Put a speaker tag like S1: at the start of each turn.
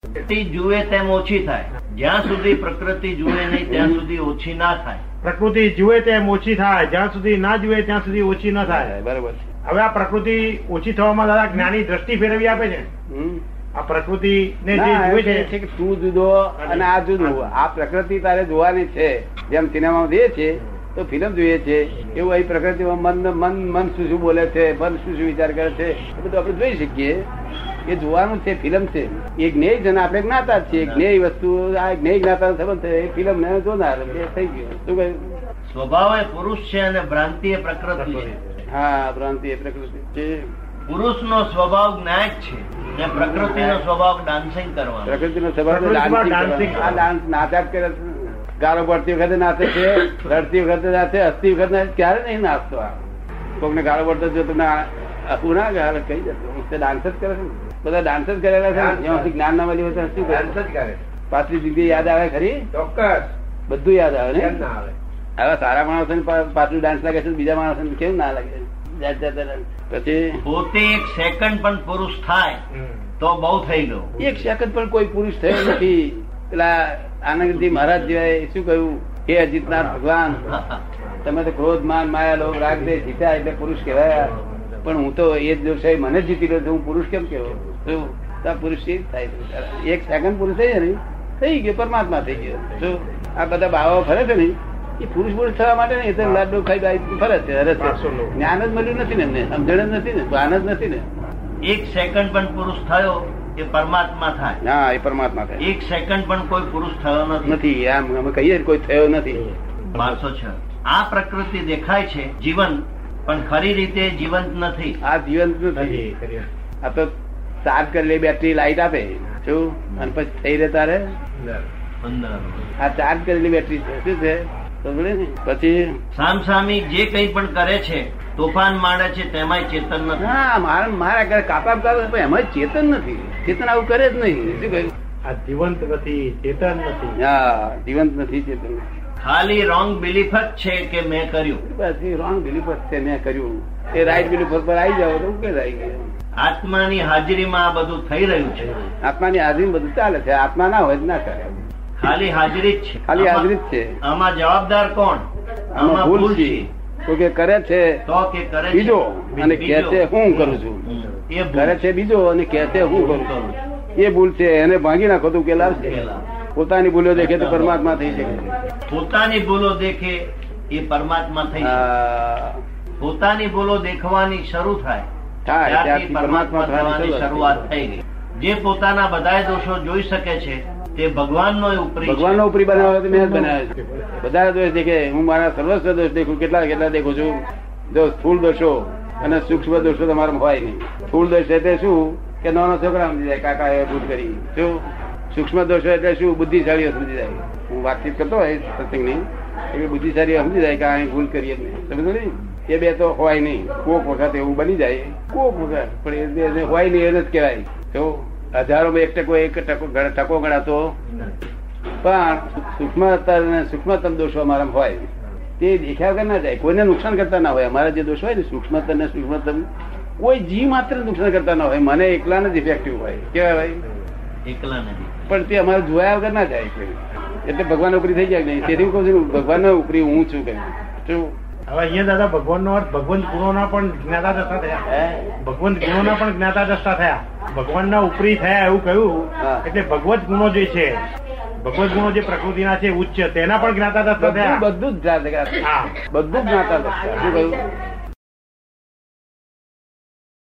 S1: પ્રકૃતિ જુએ તેમ ઓછી થાય જ્યાં સુધી પ્રકૃતિ જુએ નહીં ત્યાં સુધી ઓછી ના થાય
S2: પ્રકૃતિ જુએ તેમ ઓછી થાય જ્યાં સુધી ના જુએ ત્યાં સુધી ઓછી ન થાય
S3: બરોબર છે
S2: હવે આ પ્રકૃતિ ઓછી થવામાં દાદા જ્ઞાની દ્રષ્ટિ ફેરવી આપે છે
S3: હમ.
S2: આ પ્રકૃતિ ને જે
S3: ના,
S2: જુએ
S3: એમ કહે છે
S2: છે
S3: કે તું જુદો અને આ જુદું આ પ્રકૃતિ તારે જોવાની છે જેમ સિનેમામાં જોઈએ છે તો ફિલ્મ જોઈએ છે એવું અહીં પ્રકૃતિમાં મન મન મન શું શું બોલે છે મન શું શું વિચાર કરે છે એ બધું આપણે જોઈ શકીએ એ જોવાનું છે ફિલ્મ છે એ જ્ઞેય જન આપણે જ્ઞાતા જ છીએ જ્ઞેય વસ્તુ આ જ્ઞેય જ્ઞાતા સંબંધ છે એ ફિલ્મ ને જોનાર એ થઈ ગયું શું કહ્યું
S1: સ્વભાવ એ પુરુષ છે અને ભ્રાંતિ એ પ્રકૃતિ છે
S3: હા ભ્રાંતિ એ પ્રકૃતિ છે
S1: પુરુષનો સ્વભાવ જ્ઞાન જ છે અને પ્રકૃતિનો સ્વભાવ ડાન્સિંગ કરવાનો
S3: પ્રકૃતિનો સ્વભાવ તો
S2: પ્રકૃતિમાં
S3: ડાન્સિંગ
S2: ડાન્સિંગ
S3: કરવાનો. આ ડાન્સ નાટક કરે છે. ગાળો પડતી વખતે નાચે છે રડતી વખતે નાચે હસતી વખતે નાચે. ક્યારે નહીં નાચતો આ કોકને ગાળો પડતો જો તમને આ- હું ના ગાળો કહી જતો હું તો ડાન્સ જ કરે છે ને. બધા ડાન્સ જ કરેલા છે ને. જ્યાં સુધી જ્ઞાન ના મળ્યું હોય ત્યાં શું કરે? પાછલી જિંદગી યાદ આવે ખરી બધું યાદ આવે ને હવે સારા માણસો ને પા- પાછલું ડાન્સ લાગે છે બીજા માણસો ને કેમ ના લાગે જાત જાતના dance. પછી
S1: પોતે એક સેકન્ડ પણ પુરુષ થાય
S2: હમ.
S1: તો બહુ થઈ ગયું
S3: એક સેકન્ડ પણ કોઈ પુરુષ થયો નથી પેલા આનંદજી મહારાજ જેવાએ શું કહ્યું હે અજીતનાથ ભગવાન તમે તો ક્રોધ માન માયા લોભ રાગ દે જીત્યા એટલે પુરુષ કહેવાય પણ હું તો એ જ દિવસે મને જ જીતી રહ્યો તો હું પુરુષ કેમ કેવો શું તો આ પુરુષ એ જ થાય છે. એક સેકન્ડ પુરુષ થઈ જાય ને થઈ ગયો પરમાત્મા થઈ ગયો શું આ બધા બાવાઓ ફરે છે ને એ પુરુષ પુરુષ થવા માટે ને એ તો લાડુ ખાઈ બાઈ ફરે છે હરે છે.
S2: પાછો લોભ.
S3: જ્ઞાન જ મળ્યું નથી ને એમને સમજણ જ નથી ને ભાન જ નથી ને
S1: એક સેકન્ડ પણ પુરુષ થયો એ પરમાત્મા થાય
S3: હા એ પરમાત્મા થાય
S1: એક સેકન્ડ પણ કોઈ પુરુષ થયો નથી
S3: નથી આમ અમે કહીએ ને કોઈ થયો નથી
S1: બારસો છ આ પ્રકૃતિ દેખાય છે જીવન પણ ખરી રીતે જીવંત નથી
S3: આ જીવંત નથી
S2: નથી કર્યા.
S3: આ તો ચાર્જ કરેલી બેટરી લાઈટ આપે શું અને પછી થઈ રહે તારે
S1: અંદર.
S3: આ ચાર્જ કરેલી બેટરી છે શું છે સમજે ને પછી
S1: સામસામી જે કંઈ પણ કરે છે તોફાન માંડે છે તેમાંય ચેતન નથી
S3: હા મારા મારા ઘરે કાપા કાપા પણ એમાં ચેતન નથી ચેતન આવું કરે જ નહીં શું કહ્યું
S2: આ જીવંત નથી ચેતન નથી
S3: હા જીવંત નથી ચેતન
S1: ખાલી રોંગ બિલીફ જ છે કે મેં કર્યું
S3: પછી રોંગ બિલીફ છે મેં કર્યું એ રાઈટ બિલીફ પર આવી જાવ તો ઉકેલ આવી ગયો
S1: આત્માની હાજરીમાં આ બધું થઈ રહ્યું છે
S3: આત્માની હાજરી બધું ચાલે છે આત્મા ના હોય તો ના કરે
S1: ખાલી હાજરી જ છે
S3: ખાલી હાજરી જ છે
S1: આમાં જવાબદાર કોણ
S3: આમાં ભૂલ છે કોઈ કે કરે છે
S1: તો કે કરે છે.
S3: બીજો અને કહે છે હું કરું છું
S1: હમ. એ ભૂલ
S3: કરે છે બીજો અને કહે છે હું કરું છું.
S1: કરું છું.
S3: એ ભૂલ છે એને ભાંગી નાખો તો ઉકેલ આવશે
S1: ઉકેલ આવશે.
S3: પોતાની ભૂલો દેખે તો પરમાત્મા થઈ શકે
S1: પોતાની ભૂલો દેખે એ પરમાત્મા થઈ જાય.
S3: આ
S1: પોતાની ભૂલો દેખવાની શરૂ થાય
S3: થાય
S1: ત્યારથી
S3: ત્યારથી પરમાત્મા થવાની
S1: શરૂઆત
S3: શરૂઆત
S1: થઈ ગઈ જે પોતાના બધા દોષો જોઈ શકે છે તે ભગવાનનો ય ઉપરી છે.
S3: ભગવાનનો ઉપરી બનાવ્યો તો મેં જ બનાવ્યો છે બધા દોષ દેખે હું મારા સર્વસ્વ દોષ દેખું કેટલા કેટલા દેખું છું જો સ્થૂળ દોષો અને સૂક્ષ્મ દોષો તમારા હોય નહીં સ્થૂળ દોષ એટલે શું કે નાનો છોકરા સમજી જાય કાકા એ ભૂલ કરી શું સૂક્ષ્મ દોષો એટલે શું બુદ્ધિશાળીઓ સમજી જાય હું વાતચીત કરતો હોય સત્સંગની એવી બુદ્ધિશાળીઓ સમજી જાય કે આ અહીં ભૂલ કરીએ સમજો ને એ બે તો હોય નહીં કોક વખત એવું બની જાય કોક વખત પણ એ બે હોય નહીં એને જ કહેવાય તો હજારોમાં એક ટકો એક ટકો ગણ- ટકો ગણાતો પણ સૂક્ષ્મતર અને સૂક્ષ્મતમ દોષો અમારામાં હોય તે દેખ્યા વગર ના જાય કોઈને નુકસાન કરતા ના હોય અમારા જે દોષ હોય ને સૂક્ષ્મતર ને સૂક્ષ્મતમ કોઈ જીવ માત્ર નુકસાન કરતા ના હોય મને એકલાને જ ઇફેક્ટિવ હોય કેવાય ભાઈ
S1: એકલા નથી
S3: પણ તે અમારે જોયા વગર ના જાય કોઈ. એટલે ભગવાન ઉપરી થઈ ગયા કે નહીં તેથી હું કહું છું ભગવાન ઉપરી હું છું કે શું
S2: હવે અહીંયા દાદા ભગવાનનો અર્થ ભગવંત ગુણોના પણ જ્ઞાતા દ્રષ્ટા થયા
S3: હે
S2: ભગવંત ગુણોના પણ જ્ઞાતા દ્રષ્ટા થયા ભગવાનના ઉપરી થયા એવું કહ્યું
S3: હા.
S2: એટલે ભગવત ગુણો જે છે ભગવત ગુણો જે પ્રકૃતિના છે ઉચ્ચ તેના પણ જ્ઞાતા દ્રષ્ટા
S3: બધું
S2: થયા
S3: બધું જ જાત
S2: હા
S3: બધું જ જ્ઞાતા દ્રષ્ટા. શું કહ્યું